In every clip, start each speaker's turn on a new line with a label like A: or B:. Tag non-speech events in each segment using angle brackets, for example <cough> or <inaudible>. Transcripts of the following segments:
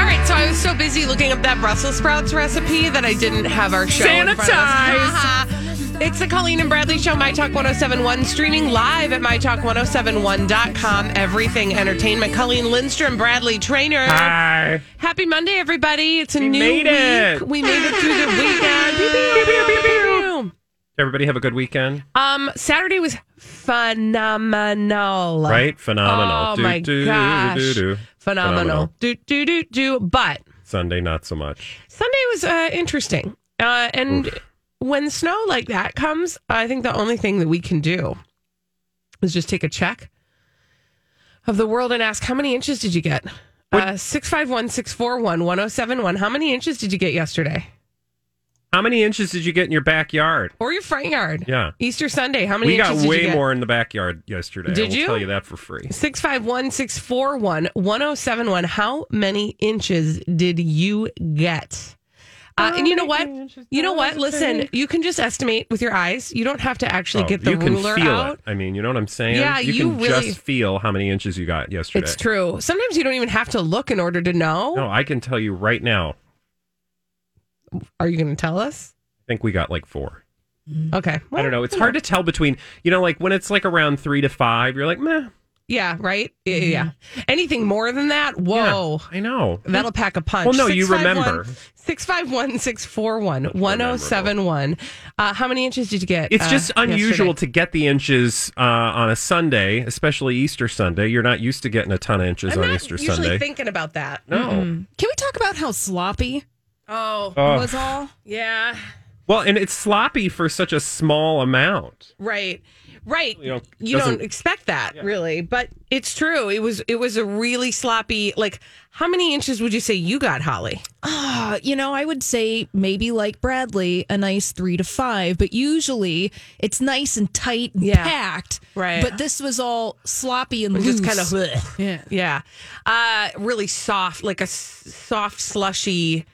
A: All right, so I was so busy looking up that Brussels sprouts recipe that I didn't have our show. in front of us. <laughs> it's the Colleen and Bradley Show, My Talk 1071, streaming live at MyTalk1071.com. Everything entertainment. Colleen Lindstrom, Bradley Trainer.
B: Hi.
A: Happy Monday, everybody. It's a new
B: made
A: week.
B: it.
A: We made it through the weekend. Pew, pew, pew, pew, pew,
B: Everybody have a good weekend,
A: pew. Um, Saturday was phenomenal.
B: right? Phenomenal.
A: Oh, my gosh. Phenomenal.
B: Phenomenal.
A: Do, do, do, do. But
B: Sunday, not so much.
A: Sunday was uh, interesting. Uh, and when snow like that comes, I think the only thing that we can do is just take a check of the world and ask, how many inches did you get? Uh, 651 641 1071. How many inches did you get yesterday?
B: How many inches did you get in your backyard?
A: Or your front yard?
B: Yeah.
A: Easter Sunday. How many
B: We got
A: inches did you
B: way
A: get?
B: more in the backyard yesterday.
A: Did
B: I will
A: you?
B: tell you that for free.
A: 651 641 1071. How many inches did you get? Uh, and you know what? You know what? Listen, you can just estimate with your eyes. You don't have to actually
B: Oh,
A: get the
B: you can
A: ruler
B: feel
A: out.
B: it. I mean, you know what I'm saying?
A: Yeah,
B: you,
A: you
B: can
A: really-
B: just feel how many inches you got yesterday.
A: It's true. Sometimes you don't even have to look in order to know.
B: No, I can tell you right now. I
A: Are you going to tell us?
B: think we got like four.
A: Okay.
B: I don't know. It's hard to tell between, you know, like when it's like around three to five, you're like, meh.
A: Yeah, right? Yeah, yeah.
B: Mm-hmm.
A: yeah. Anything more than that? Whoa.
B: I know.
A: Oh. That'll pack a punch.
B: Mm-hmm. Well, no, you remember.
A: 651 641 1071. Uh, how many inches did you get?
B: It's
A: uh,
B: just unusual
A: yesterday?
B: to get the inches uh, on a Sunday, especially Easter Sunday. You're not used to getting a ton of inches
A: I'm
B: on
A: not
B: Easter
A: usually
B: Sunday.
A: thinking about that.
B: no.
C: Can we talk about how sloppy
A: Oh,
B: Ugh.
C: was all?
A: yeah.
B: well, and it's sloppy for such a small amount.
A: Right. Right.
B: You know,
A: you don't
B: doesn't-
A: expect that really, but it's true. It was it was a really sloppy like how many inches would you say you got, Holly?
C: Uh, you know, I would say maybe like Bradley, a nice three to five, but usually it's nice and tight and
A: Yeah.
C: packed.
A: Right.
C: But this was all sloppy and
A: It was
C: loose.
A: just kind of bleh.
C: yeah.
A: yeah. Uh really soft, like a s- soft slushy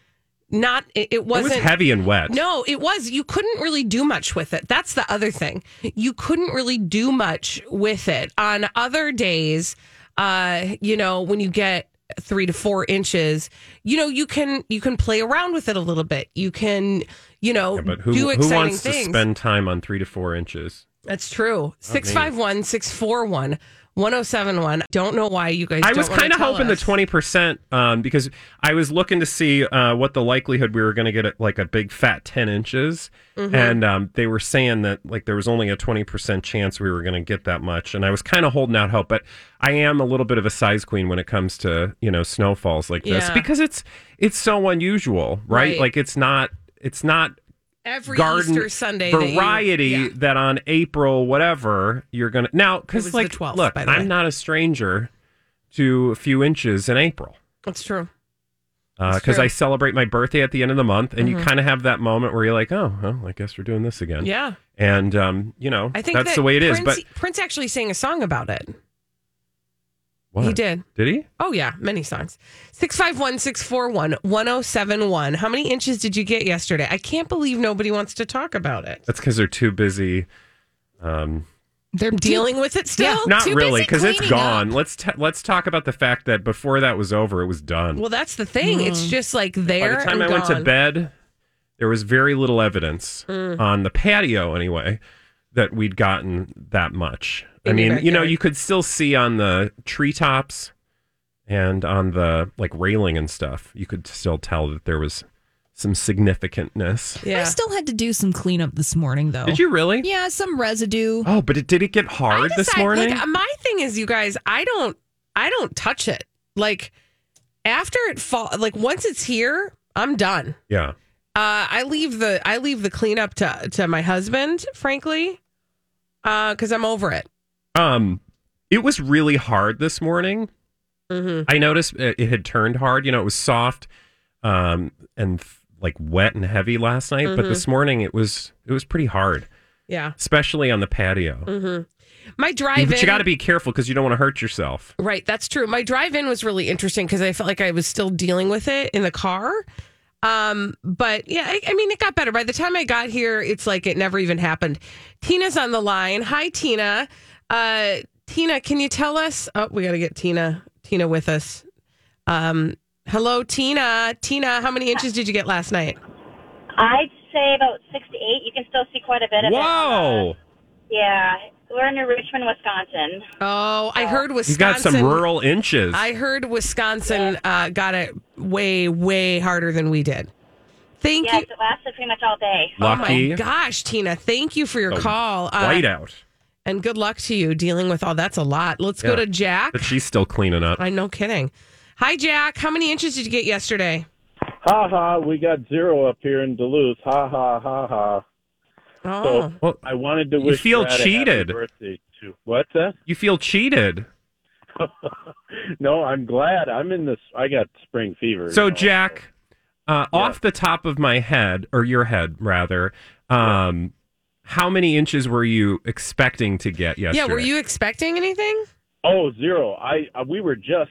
A: not it, it
B: It was
A: wasn't
B: heavy and wet.
A: No, it was. You couldn't really do much with it. That's the other thing. You couldn't really do much with it. On other days, uh, you know, when you get three to four inches, you know, you can you can play around with it a little bit. You can, you know,
B: Yeah, but who,
A: do
B: who
A: exciting
B: wants
A: things.
B: to spend time on three to four inches?
A: That's true. Six five one six four one one zero seven one. Don't know why you guys.
B: I
A: don't
B: was
A: wanna
B: kind of
A: tell
B: hoping
A: us.
B: the twenty percent um, because I was looking to see uh, what the likelihood we were going to get a, like a big fat ten inches,
A: Mm-hmm.
B: and um, they were saying that like there was only a twenty percent chance we were going to get that much, and I was kind of holding out hope. But I am a little bit of a size queen when it comes to you know snowfalls like this
A: Yeah.
B: because it's it's so unusual, right?
A: Right.
B: Like it's not it's not
A: every
B: garden
A: Easter Sunday that you-
B: variety
A: Yeah.
B: that on April whatever you're gonna now
A: It was
B: because
A: the
B: like
A: 12th,
B: look,
A: by the way.
B: I'm not a stranger to a few inches in April
A: That's true. That's true.
B: because
A: Uh-huh.
B: I celebrate my birthday at the end of the month, and you kind of have that moment where you're like, oh, well, I guess we're doing this again,
A: Yeah.
B: and um, you know,
A: I think
B: that's
A: that
B: the way it is.
A: Prince,
B: But
A: Prince actually sang a song about it.
B: What?
A: He did.
B: Did he?
A: Oh yeah, many songs. 651 641 1071. How many inches did you get yesterday? I can't believe nobody wants to talk about it.
B: That's because they're too busy. Um,
C: They're
A: Dealing with it still?
C: Yeah.
B: not
C: too
B: really,
C: busy
B: because it's
C: cleaning
B: gone. Let's t- let's talk about the fact that before that was over, it was done.
A: Well, that's the thing. It's just like
B: Hmm. By
A: there.
B: the time
A: and
B: I went to
A: gone. Mm.
B: bed, there was very little evidence on the patio, anyway, that we'd gotten that much. I
A: In your
B: mean, you know,
A: backyard.
B: you could still see on the treetops and on the like railing and stuff. You could still tell that there was some significantness.
C: I still had to do some cleanup this morning, though.
B: Did you really?
C: Yeah, some residue.
B: Oh, but it did it get hard
A: I
B: this
A: decide-
B: morning?
A: Like, my thing is, you guys, I don't, I don't touch it. Like after it fall, like once it's here, I'm done.
B: yeah.
A: Uh, I leave the, I leave the cleanup to to my husband, frankly, because I'm over it.
B: Um, it was really hard this morning.
A: Mm-hmm.
B: I noticed uh, it it had turned hard. You know, it was soft, um, and like wet and heavy last night. But
A: Mm-hmm.
B: this morning, it was it was pretty hard,
A: Yeah,
B: especially on the patio.
A: Mm-hmm. my drive.
B: But you got to be careful because you don't want to hurt yourself.
A: Right, that's true. My drive in was really interesting because I felt like I was still dealing with it in the car. Um, but yeah, I, I mean, it got better. By the time I got here, it's like it never even happened. Tina's on the line. Hi, Tina. Uh, Tina, can you tell us? Oh, we got to get Tina. Tina with us. Um, hello, Tina. Tina, how many inches did you get last night?
D: I'd say about six to eight. You can still see quite a bit of it.
B: Whoa!
D: Yeah, we're in Richmond, Wisconsin.
A: Oh, I heard
B: You
A: Wisconsin.
B: got some rural inches.
A: I heard Wisconsin uh, got it way, way harder than we did. Thank
D: Yeah,
A: you.
D: it lasted pretty much all day.
B: Lucky. Oh,
A: Oh my gosh, Tina, thank you for your
B: The
A: call. Uh,
B: Whiteout.
A: and good luck to you dealing with all that's a lot. Let's go
B: Yeah.
A: to Jack.
B: But she's still cleaning up.
A: I'm no kidding. Hi, Jack. How many inches did you get yesterday?
E: Ha ha, we got zero up here in Duluth. Ha ha ha ha.
A: Oh,
B: Well,
E: I wanted to
B: You
E: wish
B: feel
E: Brad a
B: cheated.
E: happy birthday too. What's that?
B: you feel cheated.
E: no, I'm glad. I'm in this. I got spring fever.
B: So,
E: you know.
B: Jack, uh, off the top of my head, or your head rather, um, how many inches were you expecting to get yesterday?
A: yeah. Were you expecting anything?
E: Oh, zero. I, I we were just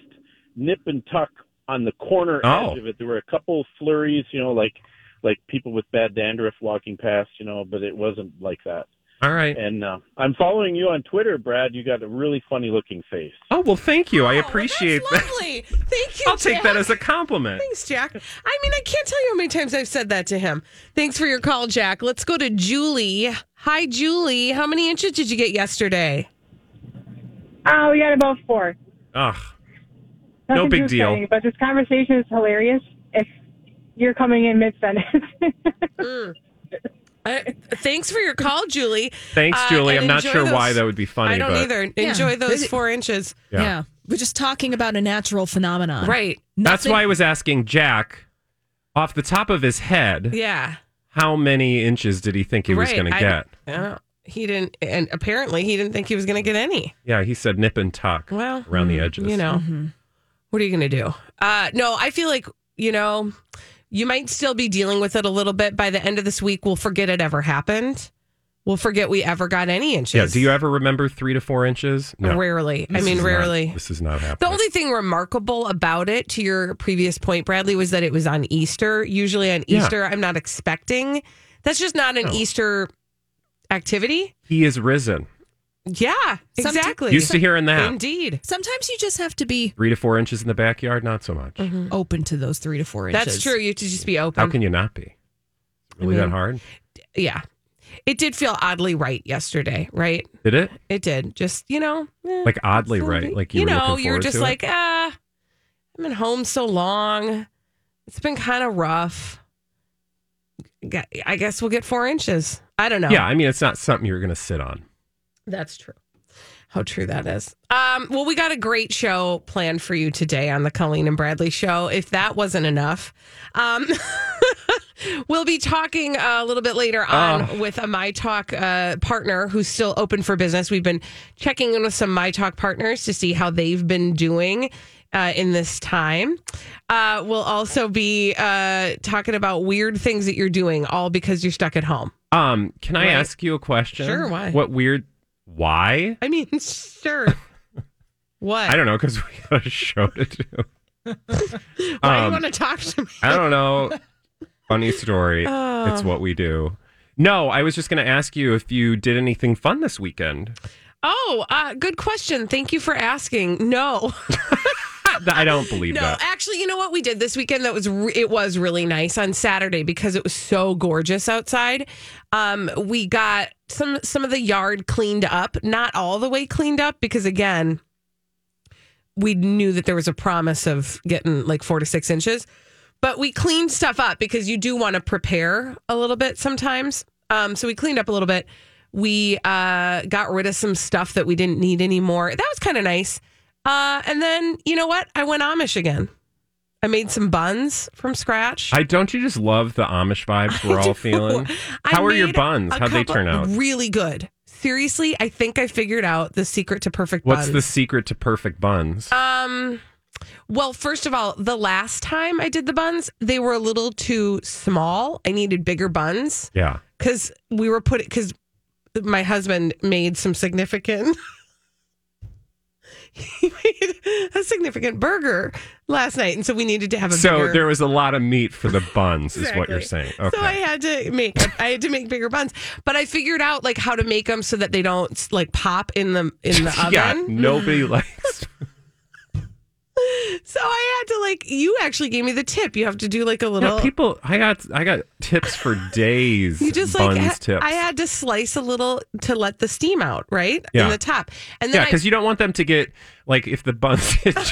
E: nip and tuck on the corner
B: Oh.
E: edge of it. There were a couple flurries, you know, like like people with bad dandruff walking past, you know, but it wasn't like that.
B: All right.
E: And uh, I'm following you on Twitter, Brad. You got a really funny looking face.
B: Oh well, thank you. I appreciate
A: oh,
B: that.
A: that's Lovely. Thank you.
B: <laughs> I'll take
A: Jack.
B: that as a compliment.
A: Thanks, Jack. I mean, I can't tell you how many times I've said that to him. Thanks for your call, Jack. Let's go to Julie. Hi, Julie. How many inches did you get yesterday?
F: Oh, we got about four.
B: Ugh.
F: Nothing
B: No big
F: too
B: deal.
F: exciting, But this conversation is hilarious. If you're coming in mid sentence,
A: Uh, thanks for your call, Julie.
B: Thanks,
A: Uh,
B: Julie.
A: and
B: I'm not
A: enjoy
B: sure why
A: those-
B: that would be funny.
A: I don't
B: but
A: either.
C: Yeah.
A: Enjoy those <laughs>
C: Visit-
A: four inches.
B: Yeah.
C: Yeah. We're just talking about a natural phenomenon.
A: Right.
B: That's
C: Nothing-
B: why I was asking Jack, off the top of his head,
A: Yeah.
B: how many inches did he think he was
A: Right.
B: going to
A: I-
B: get?
A: Yeah. He didn't, and apparently he didn't think he was going to get any.
B: Yeah, he said nip and tuck
A: Well, hmm, mm,
B: around the edges.
A: you know, what are you going to do? Uh, no, I feel like, you know, you might still be dealing with it a little bit. By the end of this week, we'll forget it ever happened. We'll forget we ever got any inches.
B: Yeah. Do you ever remember three to four inches? No.
A: Rarely. I
B: This
A: mean,
B: is not-
A: rarely.
B: this is not
A: The
B: happening.
A: only thing remarkable about it, to your previous point, Bradley, was that it was on Easter. Usually on
B: Yeah.
A: Easter, I'm not expecting. That's just not an Easter activity.
B: he is risen.
A: Yeah,
C: Somet-
A: exactly.
B: Used to hearing that.
A: Indeed.
C: Sometimes you just have to be
B: Three to four inches in the backyard, not so much.
A: Mm-hmm.
C: open to those three to four inches.
A: That's true. You have to just be
B: How
A: open.
B: can you not be? Really that hard?
A: yeah. It did feel oddly right yesterday, right?
B: Did it?
A: It did. Just, you know, eh,
B: Like oddly
A: so
B: right?
A: be-
B: Like you, were
A: know,
B: looking
A: you were
B: forward
A: just
B: to it?
A: like, ah, I've been home so long. It's been kind of rough. Gu- I guess we'll get four inches. I don't know.
B: yeah. I mean, it's not something you're going to sit on.
A: That's true. How true that is. Um, well, we got a great show planned for you today on the Colleen and Bradley show. If that wasn't enough, um, <laughs> we'll be talking a little bit later on
B: Oh.
A: with a My Talk uh, partner who's still open for business. We've been checking in with some My Talk partners to see how they've been doing. Uh, in this time, uh, we'll also be uh, talking about weird things that you're doing, all because you're stuck at home.
B: Um, can I
A: Right.
B: ask you a question?
A: Sure, why?
B: What weird? Why?
A: I mean, <laughs>
B: <laughs>
A: sure. What?
B: I don't know because <laughs> we got a show to do.
A: Why do
B: Um,
A: you want to talk to me?
B: I
A: <laughs>
B: don't know. Funny story.
A: Oh.
B: It's what we do. No, I was just going to ask you if you did anything fun this weekend.
A: Oh, uh, good question. Thank you for asking. No,
B: I don't believe
A: Uh, no.
B: that.
A: Actually, you know what we did this weekend? That was re- it was really nice on Saturday because it was so gorgeous outside. Um, we got some some of the yard cleaned up, not all the way cleaned up because again, we knew that there was a promise of getting like four to six inches. But we cleaned stuff up because you do want to prepare a little bit sometimes. Um, so we cleaned up a little bit. We uh, got rid of some stuff that we didn't need anymore. That was kind of nice. Uh, and then you know what? I went Amish again. I made some buns from scratch.
B: I don't you just love the Amish
A: <laughs>
B: vibes we're all feeling?
A: I
B: How are your
A: made
B: buns?
A: a
B: How'd they
A: couple-
B: turn out?
A: Really good. Seriously, I think I figured out the secret to perfect
B: What's the
A: buns.
B: secret to perfect buns?
A: Um, well, first of all, the last time I did the buns, they were a little too small. I needed bigger buns
B: yeah.
A: because we were put because my husband made some significant. <laughs> he made a significant burger last night, and so we needed to have a
B: So
A: bigger.
B: there was a lot of meat for the buns, is what you're
A: Exactly.
B: saying. Okay.
A: So I had to make I had to make bigger buns, but I figured out like how to make them so that they don't like pop in the in the
B: <laughs> yeah,
A: oven. <laughs>
B: nobody likes.
A: So I had to like you actually gave me the tip. You have to do like a
B: Yeah,
A: little
B: people, I got I got tips for days.
A: You just
B: buns
A: like ha-
B: tips.
A: I had to slice a little to let the steam out, right?
B: Yeah.
A: In the top. And
B: yeah,
A: then
B: because you don't want them to get like if the buns. <laughs>
A: I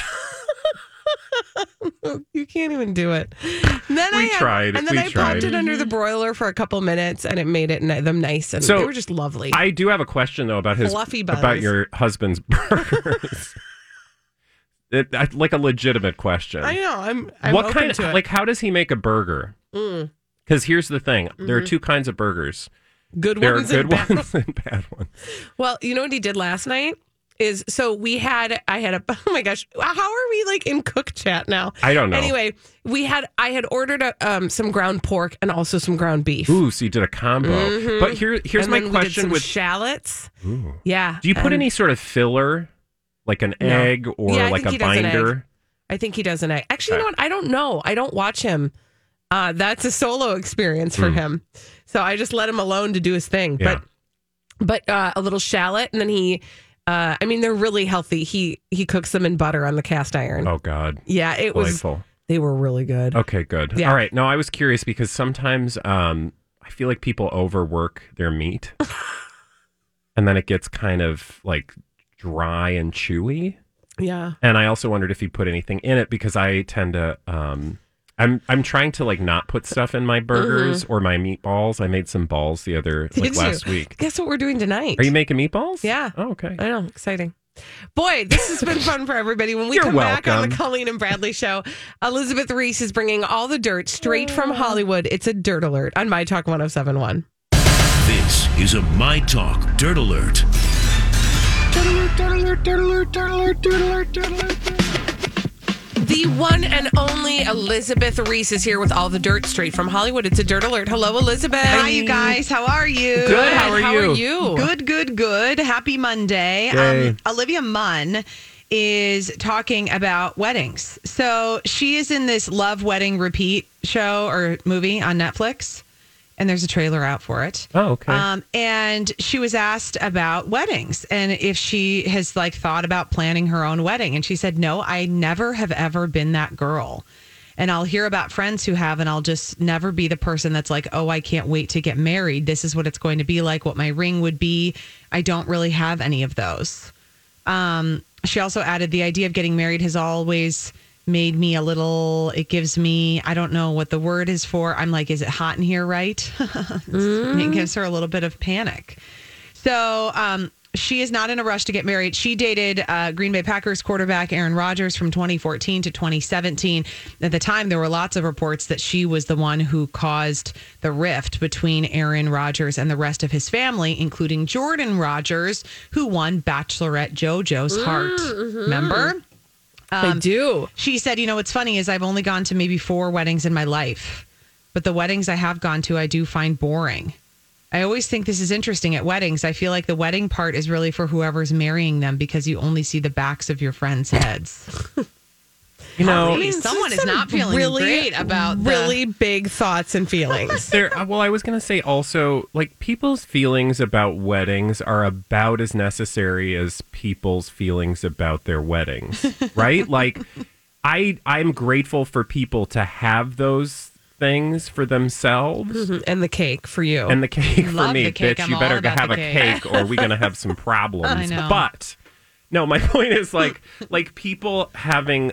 A: Oh, you can't even do it. And then
B: We
A: I had-
B: tried,
A: And then
B: we
A: I
B: tried.
A: popped it under the broiler for a couple minutes and it made it ni- them nice and
B: So,
A: they were just lovely.
B: I do have a question though about his
A: Fluffy buns.
B: about your husband's <laughs> burgers. it, I- like a legitimate question.
A: I know. I'm, I'm
B: what
A: open
B: kind of
A: to it.
B: like how does he make a burger?
A: Mm. Mm-hmm.
B: Because here's the thing: there are two kinds of burgers.
A: good
B: There are
A: ones
B: good
A: and bad <laughs>
B: ones and bad ones.
A: Well, you know what he did last night is so we had I had a <laughs> oh my gosh how are we like in cook chat now?
B: I don't know.
A: Anyway, we had I had ordered a, um, some ground pork and also some ground beef.
B: Ooh, so you did a combo.
A: Mhm.
B: But here, here's
A: And
B: my
A: then we did
B: question:
A: some
B: with
A: shallots,
B: Ooh.
A: yeah.
B: do you put
A: and
B: any sort of filler, like an
A: No.
B: egg or
A: Yeah, I
B: like
A: think
B: a
A: he does an egg.
B: binder?
A: I think he does an egg. Actually, you know
B: Okay.
A: what? I don't know. I don't watch him. Uh, that's a solo experience for him. So I just let him alone to do his thing.
B: Hmm. Yeah.
A: But but uh, a little shallot, and then he. Uh, I mean, they're really healthy. He he cooks them in butter on the cast iron.
B: Oh God,
A: Yeah, it was.
B: delightful.
A: They were really good.
B: Okay, good.
A: Yeah.
B: All right. No, I was curious because sometimes um, I feel like people overwork
A: <laughs>
B: their meat, and then it gets kind of like dry and chewy.
A: Yeah.
B: And I also wondered if you put anything in it because I tend to. Um, I'm I'm trying to like not put stuff in my burgers or my meatballs. I made some balls the other like
A: Mm-hmm. Did
B: last
A: you? <laughs>
B: week.
A: Guess what we're doing tonight?
B: Are you making meatballs?
A: Yeah. Uh,
B: Oh, okay.
A: I know, exciting. Boy, this has been fun for everybody. When we
B: You're
A: come back on the
B: welcome.
A: Colleen and Bradley show, Elizabeth Reese is bringing all the dirt straight from Hollywood. It's a dirt alert on My Talk 1071.
G: This is a My Talk Dirt Alert.
A: The one and only Elizabeth Reese is here with all the dirt straight from Hollywood. It's a dirt alert. Hello, Elizabeth.
H: Hi, you guys. How are you?
B: Good. How are you?
A: you?
H: Good, good, good. Happy Monday.
B: Yay.
H: Um, Olivia Munn is talking about weddings. So she is in this Love Wedding Repeat show or movie on Netflix, and there's a trailer out for it.
B: Oh, okay.
H: Um, and she was asked about weddings and if she has like thought about planning her own wedding. And she said, No, I never have ever been that girl. And I'll hear about friends who have, and I'll just never be the person that's like, Oh, I can't wait to get married. This is what it's going to be like, what my ring would be. I don't really have any of those. Um, she also added, The idea of getting married has always made me a little, it gives me, I don't know what the word is for. I'm like, Is it hot in here, right? <laughs> It gives her a little bit of panic. So um, she is not in a rush to get married. She dated uh, Green Bay Packers quarterback Aaron Rodgers from 2014 to 2017. At the time, there were lots of reports that she was the one who caused the rift between Aaron Rodgers and the rest of his family, including Jordan Rodgers, who won Bachelorette JoJo's heart. Remember? Um,
A: I do.
H: she said, you know, what's funny is I've only gone to maybe four weddings in my life, but the weddings I have gone to, I do find boring. I always think this is interesting at weddings. I feel like the wedding part is really for whoever's marrying them because you only see the backs of your friends' heads.
A: uh, Oh,
B: you know,
H: I mean, someone is not feeling
A: really,
H: great about the-
A: really big thoughts and <laughs> feelings.
B: there uh, well i was going to say also like people's feelings about weddings are about as necessary as people's feelings about their
H: <laughs>
B: weddings right like i i'm grateful for people to have those things for themselves
H: Mm,
A: and the cake for you.
B: and the cake for
H: Mm-hmm. Love
B: me
H: the cake.
B: bitch
H: I'm
B: you
H: all
B: better
H: about
B: have
H: the
B: a
H: cake.
B: cake or we're going to have
H: <laughs>
B: some problems
H: I know.
B: but no my <laughs> point is like like people having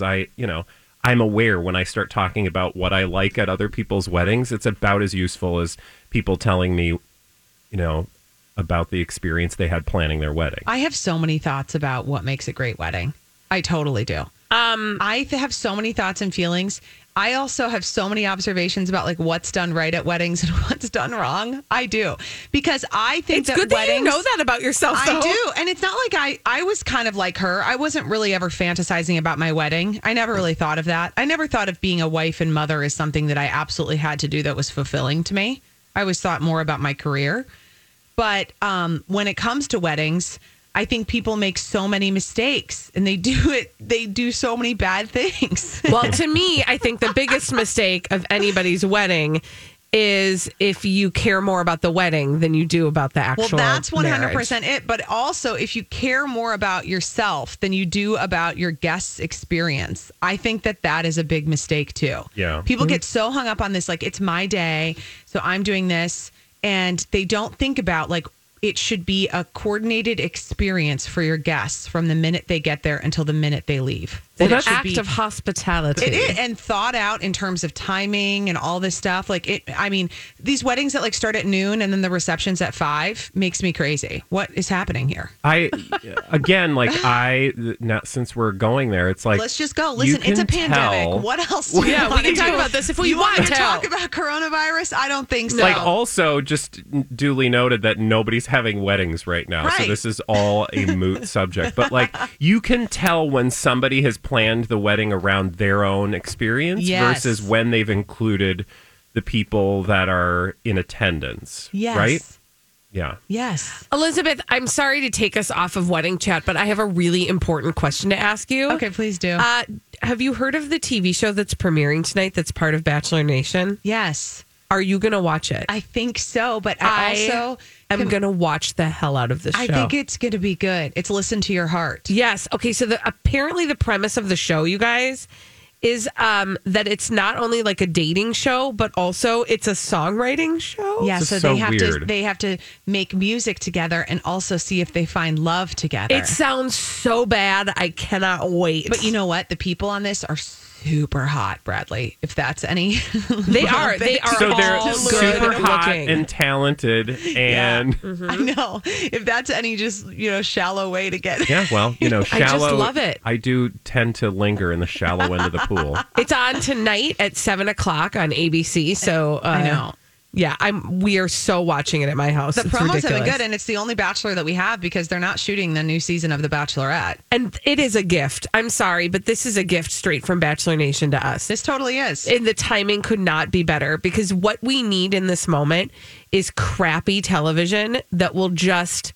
B: I, you know, I'm aware when I start talking about what I like at other people's weddings, it's about as useful as people telling me, you know, about the experience they had planning their wedding.
H: I have so many thoughts about what makes a great wedding. I totally do. Um, I th- have so many thoughts and feelings. I also have so many observations about like what's done right at weddings <laughs> and what's done wrong. I do because I think
A: It's
H: that
A: good that you
H: weddings,
A: know that about yourself,
H: I
A: though.
H: do, and it's not like I I was kind of like her. I wasn't really ever fantasizing about my wedding. I never really thought of that. I never thought of being a wife and mother as something that I absolutely had to do that was fulfilling to me. I always thought more about my career. But um, when it comes to weddings, I think people make so many mistakes and they do it, they do so many bad <laughs> things.
A: well, to me, I think the biggest mistake of anybody's wedding is if you care more about the wedding than you do about the actual.
H: Well, that's 100%
A: marriage.
H: it. But also, if you care more about yourself than you do about your guests' experience, I think that that is a big mistake too.
B: Yeah.
H: People
A: Mm-hmm.
H: get so hung up on this, like, it's my day, so I'm doing this. And they don't think about, like, it should be a coordinated experience for your guests from the minute they get there until the minute they leave.
A: Well,
H: That it
A: that's
H: should
A: act
H: be-
A: of hospitality.
H: it is, and thought out in terms of timing and all this stuff. Like it, I mean, these weddings that like start at noon and then the receptions at five makes me crazy. What is happening here?
B: I again, like I now since we're going there, it's like
H: Let's just go.
B: you
H: Listen, it's a
B: can
H: pandemic.
B: tell-
H: What else? Do you
A: Yeah, we
H: wanna
A: can talk
H: do?
A: about this if we
H: you
A: want
H: wanna
A: to.
H: talk about coronavirus. I don't think so.
B: Like also just duly noted that nobody's having weddings right now. So
H: Right.
B: this is all a moot subject.
A: <laughs>
B: But like you can tell when somebody has planned the wedding around their own experience
H: Yes.
B: versus when they've included the people that are in attendance.
H: yes,
B: Right? Yeah.
H: yes.
A: Elizabeth, I'm sorry to take us off of wedding chat, but I have a really important question to ask you.
H: Okay, please do.
A: Uh, have you heard of the TV show that's premiering tonight that's part of Bachelor Nation?
H: yes,
A: Are you going to watch it?
H: I think so. But I, also,
A: am going to watch the hell out of this
H: I
A: show.
H: think it's going to be good. It's listen to your heart.
A: Yes. Okay. So the, apparently the premise of the show, you guys, is um, that it's not only like a dating show, but also it's a songwriting show.
H: Yeah,
B: This
H: so
B: is
H: they
B: so
H: have to
B: weird.
H: they have to make music together and also see if they find love together.
A: It sounds so bad. I cannot wait.
H: but you know what? The people on this are super hot, Bradley. If that's any,
A: <laughs>
H: <laughs>
A: they are. They are
B: So they're
A: all good
B: super hot
A: looking. Mm-hmm.
B: and talented and
H: I know. If that's any, just you know, shallow way to get.
B: Yeah, well, you know,
A: <laughs> I just
B: shallow.
A: love it.
B: I do tend to linger in the shallow end of the
A: <laughs>
B: pool.
A: It's on tonight at seven o'clock on ABC. So uh,
H: I know.
A: Yeah, I'm. We are so watching it at my house.
H: <laughs> The
A: It's
H: promos have been
A: ridiculous.
H: good, and it's the only Bachelor that we have because they're not shooting the new season of The Bachelorette.
A: and it is a gift. I'm sorry, but this is a gift straight from Bachelor Nation to us.
H: This totally is.
A: and the timing could not be better because what we need in this moment is crappy television that will just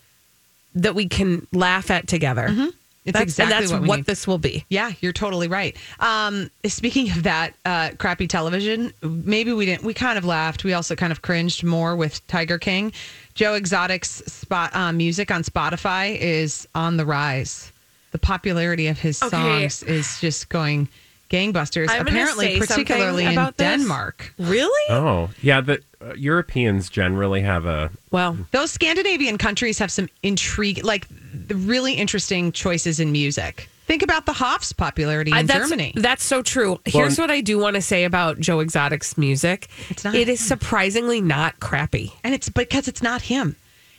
A: that we can laugh at together.
H: Mm-hmm. it's
A: That's,
H: exactly
A: and that's
H: what
A: what,
H: we need.
A: this will be.
H: Yeah, you're totally right. Um, speaking of that uh, crappy television, maybe we didn't. We kind of laughed. We also kind of cringed more with Tiger King. Joe Exotic's spot uh, music on Spotify is on the rise. The popularity of his
A: Okay.
H: songs is just going gangbusters.
A: I'm gonna
H: apparently,
A: say something
H: particularly in
A: about this.
H: Denmark.
A: Really?
B: Oh, yeah. The uh, Europeans generally have a
A: Well,
H: Those Scandinavian countries have some intrigue, like the really interesting choices in music. Think about the Hof's popularity in
A: I- that's,
H: Germany.
A: That's so true. Here's what I do want to say about Joe Exotic's music.
H: It's not-
A: It is surprisingly not crappy.
H: and it's because it's not him.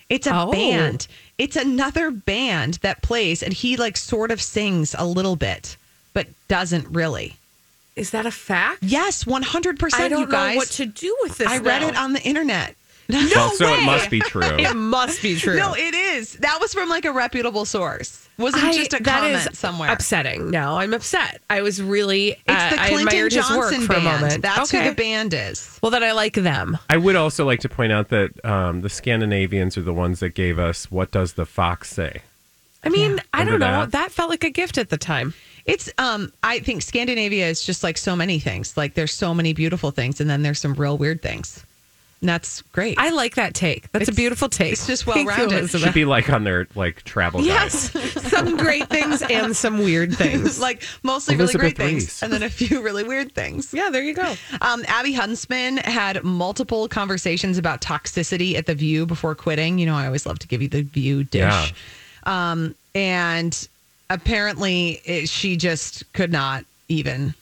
H: It's a
A: Oh.
H: band. It's another band that plays, and he like sort of sings a little bit, but doesn't really.
A: Is that a fact?
H: Yes, 100%.
A: I don't
H: you guys.
A: know what to do with this.
H: I read
A: now.
H: it on the internet. <laughs> No
B: Well, so it
H: way.
B: must
A: <laughs>
B: be true.
A: It must be true.
H: No, it is. That was from like a reputable source. Wasn't
A: I-
H: just a
A: that is
H: comment somewhere.
A: Upsetting. No, I'm upset. I was really.
H: It's the
A: uh, I
H: Clinton
A: admired his work
H: Johnson
A: for a
H: band.
A: moment.
H: That's
A: okay.
H: who the band is.
A: Well, then I like them.
B: I would also like to point out that um, the Scandinavians are the ones that gave us "What Does the Fox Say?"
A: I mean, I don't
B: Remember
A: know.
B: that?
A: That felt like a gift at the time.
H: It's um I think Scandinavia is just like so many things. Like there's so many beautiful things and then there's some real weird things. And that's great.
A: I like that take. That's a beautiful take.
H: it's
A: <laughs>
H: just
A: Thank you,
H: well-rounded.
B: It should
A: Elizabeth.
B: be like on their like travel guide.
A: Yes, some great things and some weird things.
H: <laughs> like mostly really
B: Elizabeth
H: great
B: Reese.
H: things and then a few really weird things.
A: yeah, there you go.
H: Um, Abby Huntsman had multiple conversations about toxicity at The View before quitting. You know, I always love to give you the View dish.
B: Yeah.
H: Um, and apparently, it, she just could not even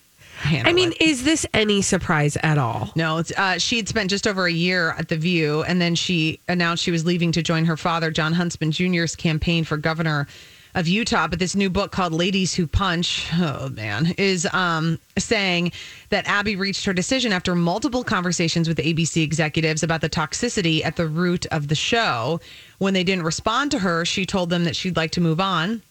A: <laughs>
H: handle
A: I mean,
H: it.
A: is this any surprise at all?
H: No, it's, uh, she had spent just over a year at The View, and then she announced she was leaving to join her father, John Huntsman Jr.'s campaign for governor of Utah. But this new book called Ladies Who Punch, oh man, is um, saying that Abby reached her decision after multiple conversations with ABC executives about the toxicity at the root of the show. When they didn't respond to her, she told them that she'd like to move on.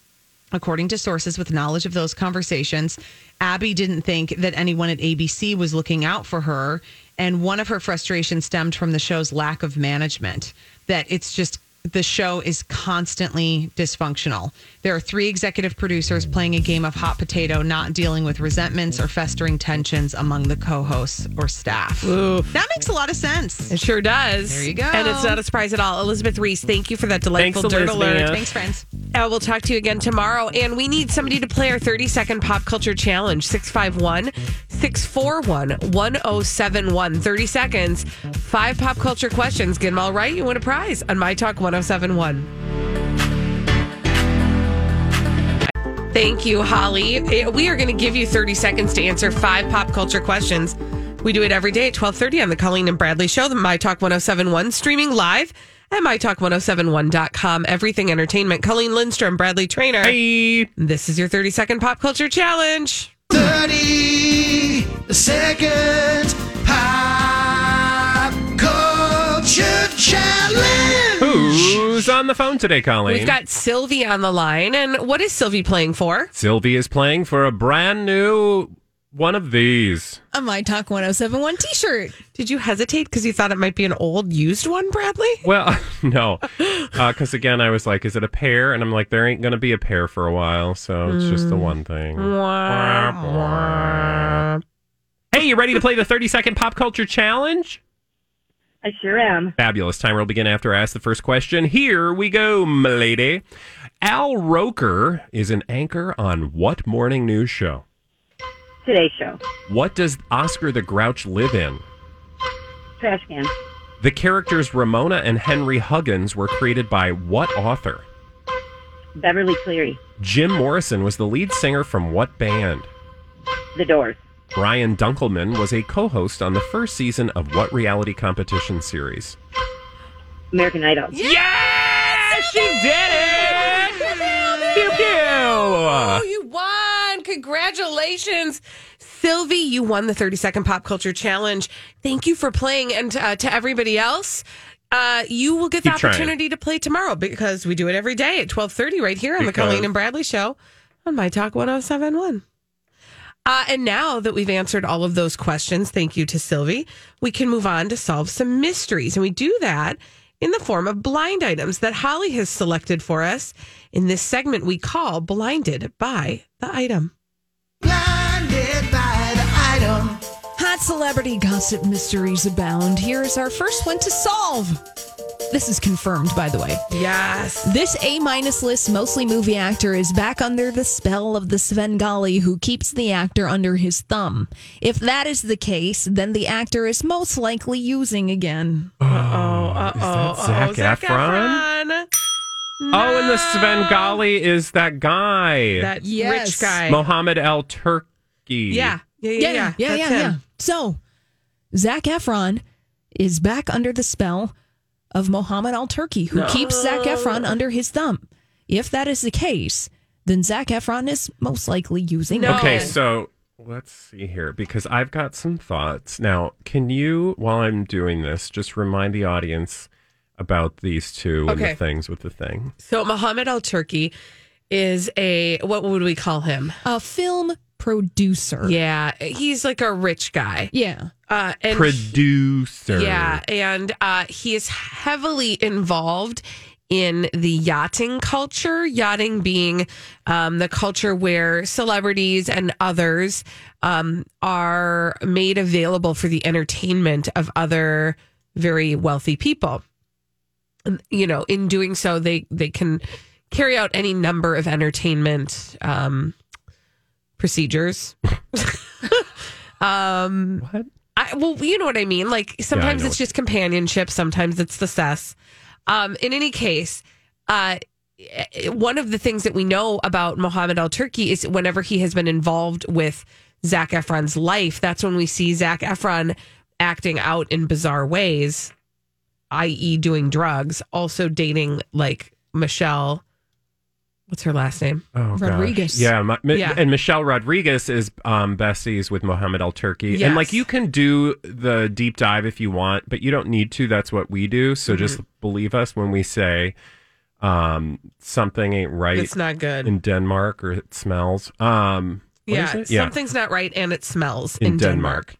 H: According to sources with knowledge of those conversations, Abby didn't think that anyone at ABC was looking out for her. And one of her frustrations stemmed from the show's lack of management, that it's just the show is constantly dysfunctional. There are three executive producers playing a game of hot potato, not dealing with resentments or festering tensions among the co hosts or staff. That makes a lot of sense.
A: It sure does.
H: There you go.
A: And it's not a surprise at all. Elizabeth Reese, thank you for that
B: Thanks,
A: delightful dirt
B: Elizabeth.
A: alert.
H: Thanks, friends.
A: Uh, we'll talk to you again tomorrow. And we need somebody to play our 30 second pop culture challenge 651 641 1071. 30 seconds, five pop culture questions. Get them all right. You win a prize on My Talk 1071. Thank you, Holly. Eh, We are going to give you 30 seconds to answer five pop culture questions. We do it every day at 1230 on the Colleen and Bradley Show, the My Talk 1071, streaming live at MyTalk1071.com. Everything Entertainment. Colleen Lindstrom, Bradley Trainer.
B: Hey,
A: This is your 30 second pop culture challenge.
G: 30 second pop culture challenge.
B: who's on the phone today, Colleen?
A: We've got Sylvie on the line. And what is Sylvie playing for?
B: Sylvie is playing for a brand new one of these.
C: A My Talk 1071 t shirt.
A: Did you hesitate because you thought it might be an old used one, Bradley?
B: Well, <laughs> no, because again, I was like, "Is it a pair?" And I'm like, "There ain't gonna be a pair for a while, so it's just the one thing."
A: Mm.
B: Hey, you ready to play the 30 second pop culture challenge?
D: I sure am.
B: Fabulous. Timer will begin after I ask the first question. Here we go, m'lady. Al Roker is an anchor on what morning news show?
D: Today's show.
B: What does Oscar the Grouch live in?
D: Trash can.
B: The characters Ramona and Henry Huggins were created by what author?
D: Beverly Cleary.
B: Jim Morrison was the lead singer from what band?
D: The Doors.
B: Brian Dunkelman was a co host on the first season of what reality competition series?
D: American Idol.
B: Yes! She did it! Pew
A: Oh,
B: pew!
A: you won. Congratulations. Sylvie, you won the 30 second pop culture challenge. Thank you for playing. And uh, to everybody else, uh, you will get the
B: Keep trying.
A: opportunity to play tomorrow because we do it every day at 1230 right here on the
B: Because-
A: Colleen and Bradley show on My Talk 1071. Uh, and now that we've answered all of those questions, thank you to Sylvie, we can move on to solve some mysteries. And we do that in the form of blind items that Holly has selected for us in this segment we call Blinded by the Item.
G: Blinded by the item.
C: Hot celebrity gossip mysteries abound. Here is our first one to solve. This is confirmed, by the way.
A: Yes.
C: This A minus list, mostly movie actor, is back under the spell of the Svengali who keeps the actor under his thumb. If that is the case, then the actor is most likely using again.
A: Oh, uh oh.
B: Is that Zac Efron? Oh, and the Svengali is that guy,
A: That
C: Yes.
A: rich guy.
B: Mohammed Al Turki.
A: yeah.
H: Ah.
A: Yeah, yeah, yeah.
C: yeah,
A: That's
C: yeah, yeah.
A: him.
C: So, Zach Efron is back under the spell of Mohammed Al Turki, who keeps Zach Efron under his thumb. If that is the case, then Zach Efron is most likely using.
A: No.
C: it.
B: Okay, so Let's see here because I've got some thoughts. Now, can you, while I'm doing this, just remind the audience about these two and
A: Okay.
B: the things with the thing?
A: So Muhammad Al Turki is a what would we call him?
C: A film producer.
A: Yeah, he's like a rich guy.
C: Yeah.
A: Uh, and
B: Producer.
A: Yeah, and uh, he is heavily involved in the yachting culture. Yachting being um, the culture where celebrities and others um, are made available for the entertainment of other very wealthy people. You know, in doing so, they they can carry out any number of entertainment um, procedures. <laughs> um,
B: what?
A: I, well, you know what I mean. Like sometimes
B: know
A: it's
B: what you-
A: just companionship, sometimes it's the cess. Um, in any case, uh, eh, one of the things that we know about Mohammed Al Turki is whenever he has been involved with Zach Efron's life, that's when we see Zach Efron acting out in bizarre ways, i.e., doing drugs, also dating like Michelle. What's her last name?
B: Oh, gosh.
C: Rodriguez.
B: Yeah, my, mi-
A: Yeah.
B: and Michelle Rodriguez is um, Bessie's with Mohammed Al Turki.
A: Yes.
B: And like you can do the deep dive if you want, but you don't need to. That's what we do. So just
A: Mm-hmm.
B: believe us when we say um, something ain't right.
A: It's not good.
B: in Denmark or it smells. Um, what
A: yeah,
B: is it?
A: something's not right, and it smells
B: in,
A: in,
B: Denmark.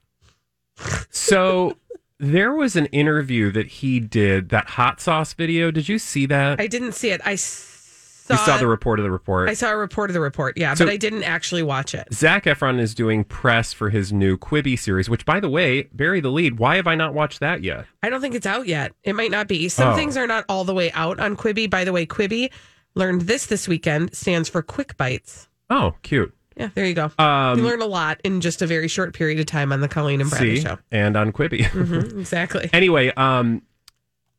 B: so there was an interview that he did that hot sauce video. Did you see that?
A: I didn't see it. I saw,
B: you saw the report of the report.
A: I saw a report of the report, yeah,
B: So-
A: but I didn't actually watch it.
B: Zach Efron is doing press for his new Quibi series, which, by the way, bury the lead. Why have I not watched that yet?
A: I don't think it's out yet. It might not be. Some
B: Oh.
A: things are not all the way out on Quibi. By the way, Quibi learned this this weekend stands for Quick Bites.
B: Oh, cute.
A: Yeah, there you go.
B: Um,
A: you learn a lot in just a very short period of time on the Colleen and Bradley
B: See,
A: show.
B: and on Quibi. <laughs>
A: Mhm, exactly.
B: Anyway, um,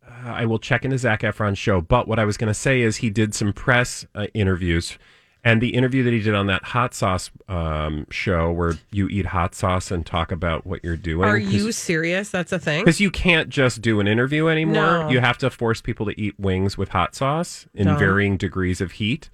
B: uh, I will check into Zach Efron's show. But what I was going to say is he did some press uh, interviews, and the interview that he did on that hot sauce um, show where you eat hot sauce and talk about what you're doing.
A: Are you serious? That's a thing.
B: Because you can't just do an interview anymore.
A: Hmm? No.
B: You have to force people to eat wings with hot sauce in
A: Dumb.
B: varying degrees of heat,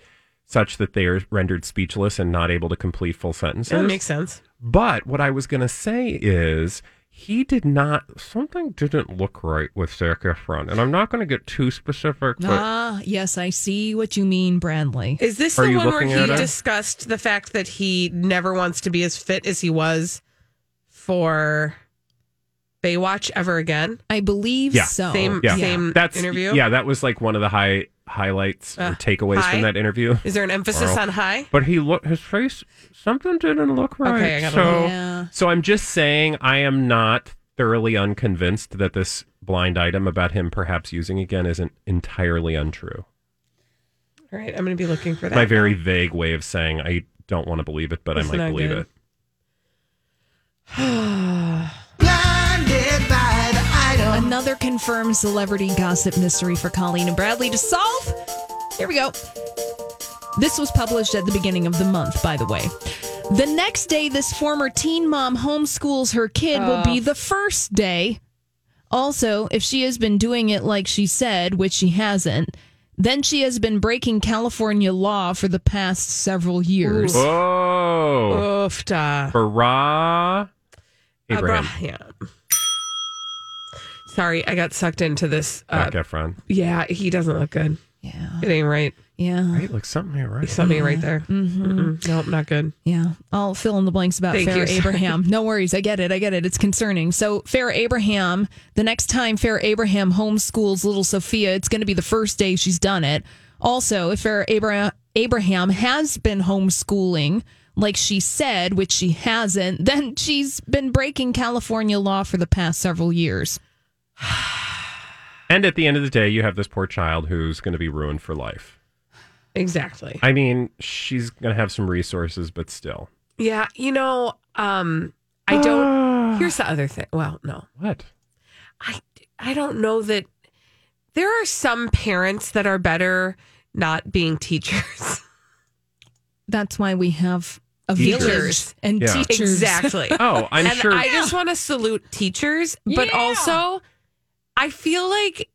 B: such that they are rendered speechless and not able to complete full sentences.
A: That makes sense.
B: But what I was going to say is he did not, something didn't look right with Zac Efron. And I'm not going to get too specific, but
C: Ah, yes, I see what you mean, Bradley.
A: Is this
B: Are
A: the
B: you
A: one where
B: looking
A: he
B: at it?
A: discussed the fact that he never wants to be as fit as he was for Baywatch ever again?
C: I believe
B: Yeah.
C: so.
A: Same-
B: yeah.
A: same
B: That's,
A: interview?
B: Yeah, that was like one of the high highlights
A: Uh,
B: or takeaways
A: high?
B: from that interview.
A: Is there an emphasis
B: Wow.
A: on high?
B: But he looked, his face, something didn't look right.
A: Okay, I gotta
B: so,
C: Yeah.
B: So I'm just saying I am not thoroughly unconvinced that this blind item about him perhaps using again isn't entirely untrue.
A: All right, I'm going to be looking for that.
B: My very vague way of saying I don't want to believe it, but
A: It's
B: I might
A: not
B: believe
A: good.
B: it.
C: Another confirmed celebrity gossip mystery for Colleen and Bradley to solve. Here we go. This was published at the beginning of the month, by the way. The next day, this former teen mom homeschools her kid will be the first day. Also, if she has been doing it like she said, which she hasn't, then she has been breaking California law for the past several years.
B: Oh,
A: Oofta.
B: Barack
A: Uh,
B: Abraham,
A: Abraham. Sorry, I got sucked into this. Uh,
B: Zac Efron.
A: Yeah, he doesn't look good.
C: Yeah.
A: It ain't right.
H: Uh.
C: Yeah.
B: Right, like something ain't
A: He
B: right.
A: saw me right there. Mm-mm. Nope, not good.
C: Yeah, I'll fill in the blanks about
A: Thank
C: Fair
A: you.
C: Abraham. No worries, I get it. I get it. It's concerning. So, Fair Abraham, the next time Fair Abraham homeschools little Sophia, it's going to be the first day she's done it. Also, if Fair Abra- Abraham has been homeschooling, like she said, which she hasn't, <laughs> then she's been breaking California law for the past several years.
B: And at the end of the day, you have this poor child who's going to be ruined for life.
A: Exactly.
B: I mean, she's going to have some resources, but still.
A: Yeah, you know, um, I
B: <sighs>
A: don't. here's the other thing. Well, no,
B: What?
A: I, I don't know that there are some parents that are better not being teachers. <laughs>
C: That's why we have a
B: Teachers.
C: village and
B: Yeah.
C: teachers. <laughs>
A: Exactly.
B: Oh, I'm
A: and
B: sure.
A: I just want to salute teachers, but
C: Yeah.
A: also I feel like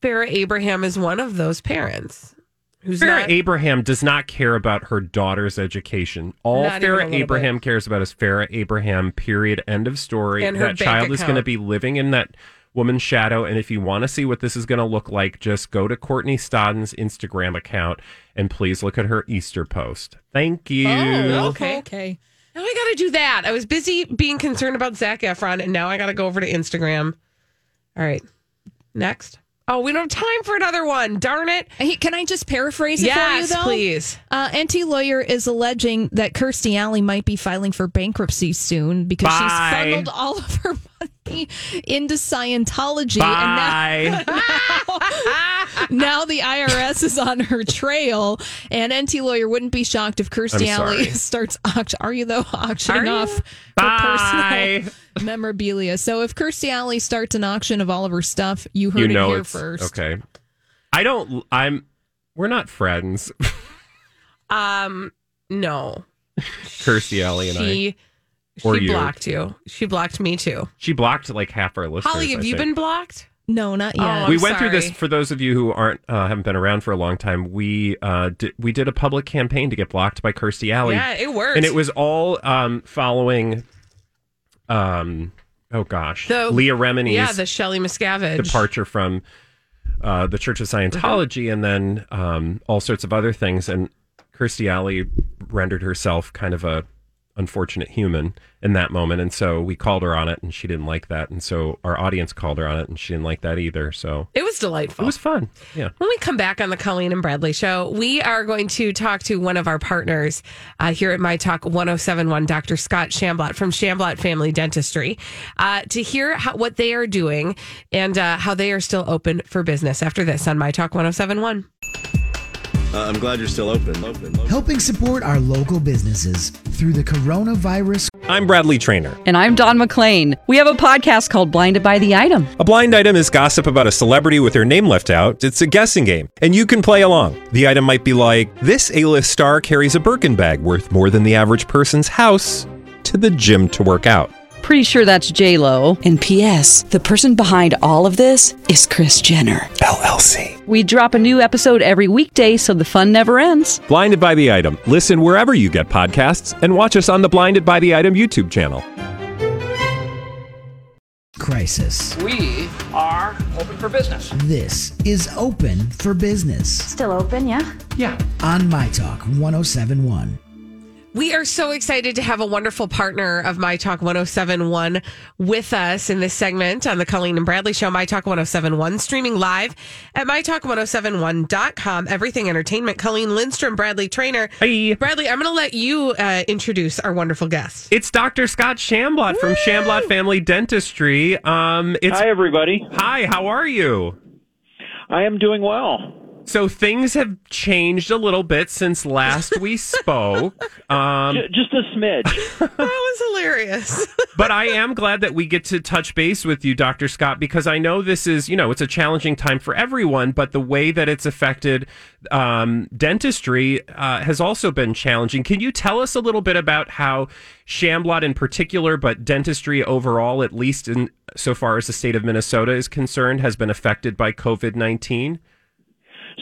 A: Farrah Abraham is one of those parents. who's
B: Farrah
A: not
B: Abraham does not care about her daughter's education. All
A: Not even a
B: Farrah
A: little
B: Abraham cares about is Farrah Abraham, period, end of story.
A: And her
B: that
A: bank
B: child is going to
A: account.
B: be living in that woman's shadow. And if you want to see what this is going to look like, just go to Courtney Stodden's Instagram account and please look at her Easter post. Thank you.
A: Oh, okay. Okay. Now "Oh, I got to do that. I was busy being concerned about Zach Efron, and now I got to go over to Instagram. All right. Next. Oh, we don't have time for another one. Darn it.
C: Hey, can I just paraphrase it
A: Yes,
C: for you, though?
A: please.
C: Uh, anti lawyer is alleging that Kirstie Alley might be filing for bankruptcy soon because she's
B: Bye.
C: funneled all of her money into
A: <laughs>
C: Scientology, and now, <laughs> now the IRS is on her trail. And anti lawyer wouldn't be shocked if Kirstie
B: I'm
C: Alley
B: sorry.
C: <laughs> starts auct- Are you though auctioning
A: Are you?
C: off her
B: Bye.
C: personal <laughs> memorabilia? So if Kirstie Alley starts an auction of all of her stuff, you heard
B: you know
C: it here
B: it's
C: first.
B: okay. I don't. I'm. We're not friends, <laughs>
A: Um, no.
B: Kirstie Alley and I.
A: she
B: Or
A: she
B: you.
A: blocked you. She blocked me too.
B: She blocked like half our listeners.
A: Holly, have
B: I
A: you
B: think.
A: been blocked?
C: No, not yet.
A: Oh,
B: we
A: I'm
B: went through this
A: sorry.
B: for those of you who aren't uh, haven't been around for a long time. We uh, di- we did a public campaign to get blocked by Kirstie Alley.
A: Yeah, it worked.
B: and it was all um, following. Um, oh gosh,
A: the
B: Leah Remini's
A: Yeah, the Shelley Miscavige
B: departure from uh, the Church of Scientology, and then um, all sorts of other things. And Kirstie Alley rendered herself kind of a unfortunate human in that moment, and so we called her on it, and she didn't like that, and so our audience called her on it, and she didn't like that either. So
A: It was delightful.
B: it was fun. Yeah.
A: When we come back on the Colleen and Bradley show, we are going to talk to one of our partners uh, here at My Talk 1071, Dr. Scott Shamblot from Shamblot Family Dentistry, uh, to hear how, what they are doing and uh, how they are still open for business after this on My Talk 1071.
I: Uh, I'm glad you're still open. open.
J: helping support our local businesses through the coronavirus.
B: I'm Bradley Trainer.
K: And I'm Don McClain. We have a podcast called Blinded by the Item.
B: A blind item is gossip about a celebrity with their name left out. It's a guessing game, and you can play along. The item might be like this: A-list star carries a Birkin bag worth more than the average person's house to the gym to work out.
K: Pretty sure that's J Lo. And P.S. The person behind all of this is Chris Jenner LLC. We drop a new episode every weekday, so the fun never ends.
B: Blinded by the Item. Listen wherever you get podcasts and watch us on the Blinded by the Item YouTube channel.
J: Crisis.
L: We are open for business.
J: This is open for business.
L: Still open, yeah? Yeah.
J: On My Talk 1071.
A: We are so excited to have a wonderful partner of My Talk 1071 with us in this segment on the Colleen and Bradley Show, My Talk 1071, streaming live at MyTalk1071.com. Everything Entertainment. Colleen Lindstrom, Bradley Trainer. Hey. Bradley, I'm going to let you uh, introduce our wonderful guest.
B: It's Dr. Scott Shamblot from Shamblot Family Dentistry. Um, it's, hi,
E: everybody.
B: Hi, how are you?
E: I am doing well.
B: So things have changed a little bit since last we spoke. Um,
E: J- just a smidge.
A: Oh, That was hilarious.
B: but I am glad that we get to touch base with you, Dr. Scott, because I know this is, you know, it's a challenging time for everyone, but the way that it's affected um, dentistry uh, has also been challenging. Can you tell us a little bit about how Shamblot in particular, but dentistry overall, at least in so far as the state of Minnesota is concerned, has been affected by COVID 19?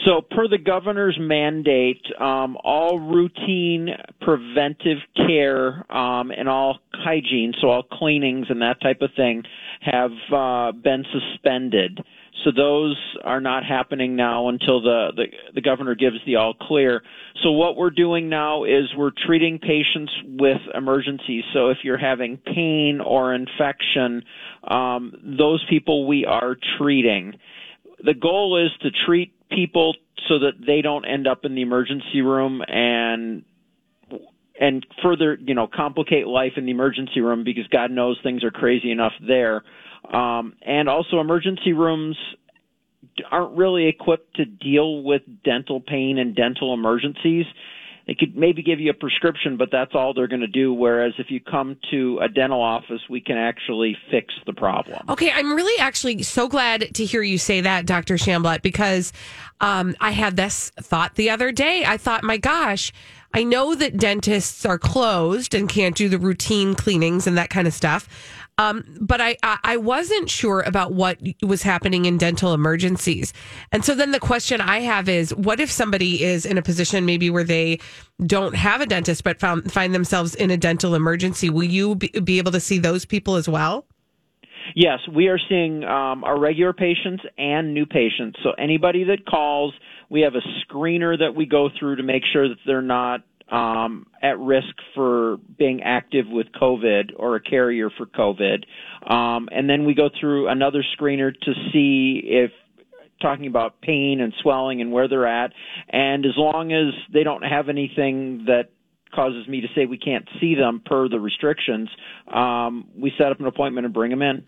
E: So, per the governor's mandate, um, all routine preventive care um, and all hygiene, so all cleanings and that type of thing, have uh, been suspended. So those are not happening now until the, the, the governor gives the all clear. So what we're doing now is we're treating patients with emergencies. So if you're having pain or infection, um, those people we are treating the goal is to treat people so that they don't end up in the emergency room and and further you know complicate life in the emergency room because god knows things are crazy enough there um and also emergency rooms aren't really equipped to deal with dental pain and dental emergencies they could maybe give you a prescription but that's all they're going to do whereas if you come to a dental office we can actually fix the problem
A: Okay, I'm really actually so glad to hear you say that, Dr. Shamblot, because um, I had this thought the other day. I thought, my gosh, I know that dentists are closed and can't do the routine cleanings and that kind of stuff. Um, but I, I I wasn't sure about what was happening in dental emergencies, and so then the question I have is, what if somebody is in a position maybe where they don't have a dentist but found, find themselves in a dental emergency? Will you be, be able to see those people as well?
E: Yes, we are seeing um, our regular patients and new patients. So anybody that calls, we have a screener that we go through to make sure that they're not um, at risk for being active with COVID or a carrier for COVID. Um, and then we go through another screener to see if talking about pain and swelling and where they're at. And as long as they don't have anything that causes me to say we can't see them per the restrictions, um, we set up an appointment and bring them in.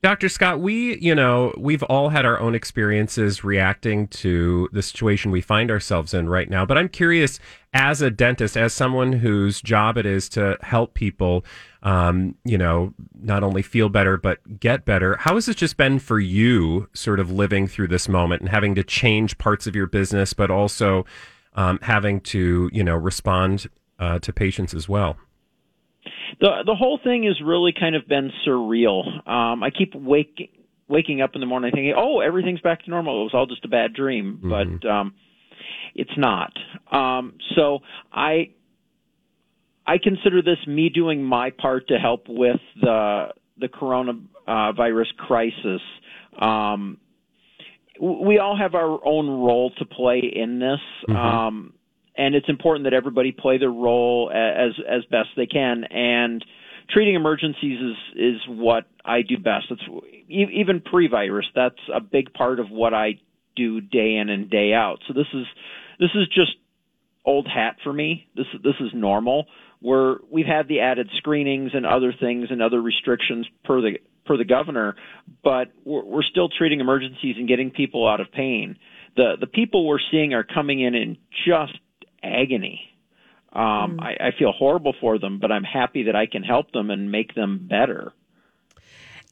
B: Dr. Scott, we, you know, we've all had our own experiences reacting to the situation we find ourselves in right now. But I'm curious, as a dentist, as someone whose job it is to help people, um, you know, not only feel better, but get better, how has it just been for you sort of living through this moment and having to change parts of your business, but also um, having to, you know, respond uh, to patients as well?
E: the the whole thing has really kind of been surreal. Um, I keep waking waking up in the morning thinking, "Oh, everything's back to normal. It was all just a bad dream,"
B: Mm-hmm.
M: Mhm.
E: but um, it's not. Um, so I I consider this me doing my part to help with the the coronavirus crisis. Um, w- we all have our own role to play in this.
N: Mhm.
E: Um, and it's important that everybody play their role a- as as best they can. And treating emergencies is is what I do best. It's e- even pre-virus. That's a big part of what I do day in and day out. So this is this is just old hat for me. This is- this is normal. We're we've had the added screenings and other things and other restrictions per the per the governor, but we're, we're still treating emergencies and getting people out of pain. The the people we're seeing are coming in in just agony. Um, I, I feel horrible for them, but I'm happy that I can help them and make them better.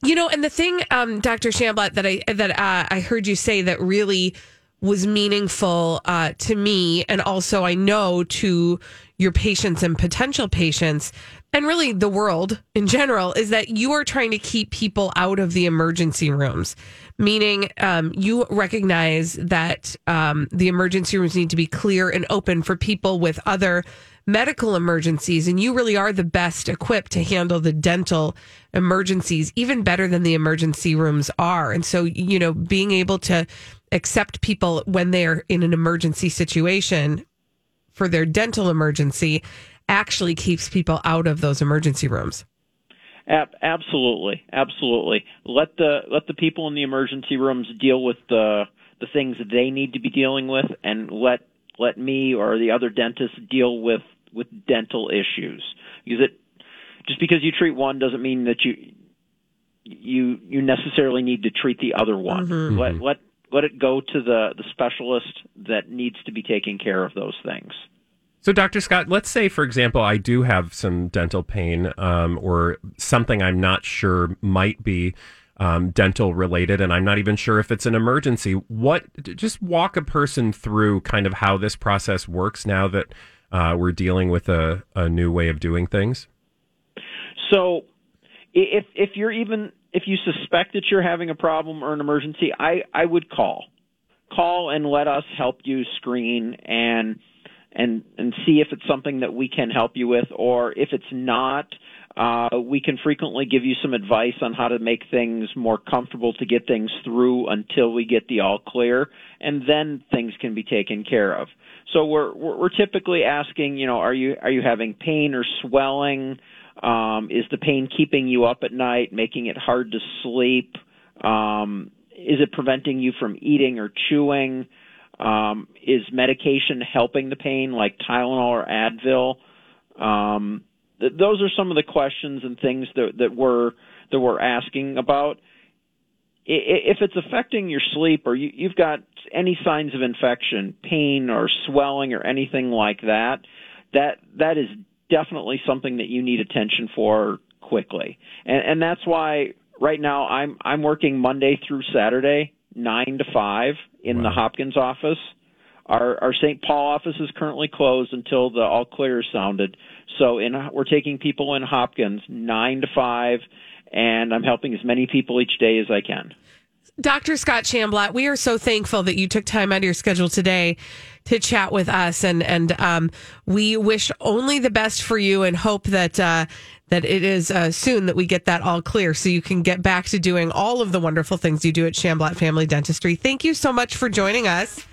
A: You know, and the thing, um, Dr. Shamblat, that I that uh, I heard you say that really was meaningful uh, to me, and also I know to your patients and potential patients, and really the world in general, is that you are trying to keep people out of the emergency rooms. Meaning, um, you recognize that um, the emergency rooms need to be clear and open for people with other medical emergencies, and you really are the best equipped to handle the dental emergencies, even better than the emergency rooms are. And so, you know, being able to accept people when they're in an emergency situation for their dental emergency actually keeps people out of those emergency rooms.
E: Ab- absolutely, absolutely. Let the let the people in the emergency rooms deal with the the things that they need to be dealing with, and let let me or the other dentists deal with with dental issues. Because it just because you treat one doesn't mean that you you you necessarily need to treat the other one.
B: Mm-hmm.
O: Mhm.
E: Let let let it go to the the specialist that needs to be taking care of those things.
B: So, Dr. Scott, let's say, for example, I do have some dental pain um, or something I'm not sure might be um, dental related, and I'm not even sure if it's an emergency. What, just walk a person through kind of how this process works now that uh, we're dealing with a, a new way of doing things.
E: So i- if if you're even if you suspect that you're having a problem or an emergency, I I would call. Call and let us help you screen and and and see if it's something that we can help you with or if it's not uh, we can frequently give you some advice on how to make things more comfortable to get things through until we get the all clear, and then things can be taken care of. So we're we're we're typically asking, you know, are you are you having pain or swelling? Um, is the pain keeping you up at night, making it hard to sleep? Um, is it preventing you from eating or chewing? Um, is medication helping the pain, like Tylenol or Advil? Um, th- those are some of the questions and things that that we're that we're asking about. I- i- If it's affecting your sleep or you, you've got any signs of infection, pain or swelling or anything like that, that that is definitely something that you need attention for quickly. And, and that's why right now I'm I'm working Monday through Saturday, nine to five in the Hopkins office. Our our St. Paul office is currently closed until the all clear is sounded. So in we're taking people in Hopkins nine to five, and I'm helping as many people each day as I can.
A: Dr. Scott Chamblot, we are so thankful that you took time out of your schedule today to chat with us, and and um, we wish only the best for you, and hope that uh, that it is uh, soon that we get that all clear, so you can get back to doing all of the wonderful things you do at Chamblot Family Dentistry. Thank you so much for joining us.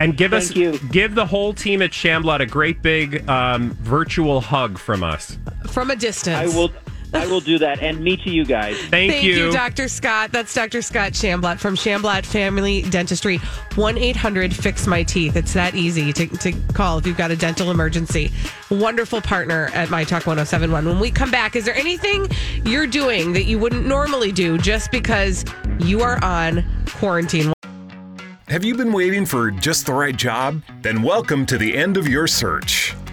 B: And give us give the whole team at Shamblot a great big um, virtual hug from us.
A: from a distance.
E: I will I will do that and me to you guys.
B: Thank,
A: you. Dr. Scott. That's Dr. Scott Shamblot from Shamblot Family Dentistry. 1 800 Fix My Teeth. It's that easy to, to call if you've got a dental emergency. Wonderful partner at My Talk 1071. When we come back, is there anything you're doing that you wouldn't normally do just because you are on quarantine?
M: Have you been waiting for just the right job? Then welcome to the end of your search.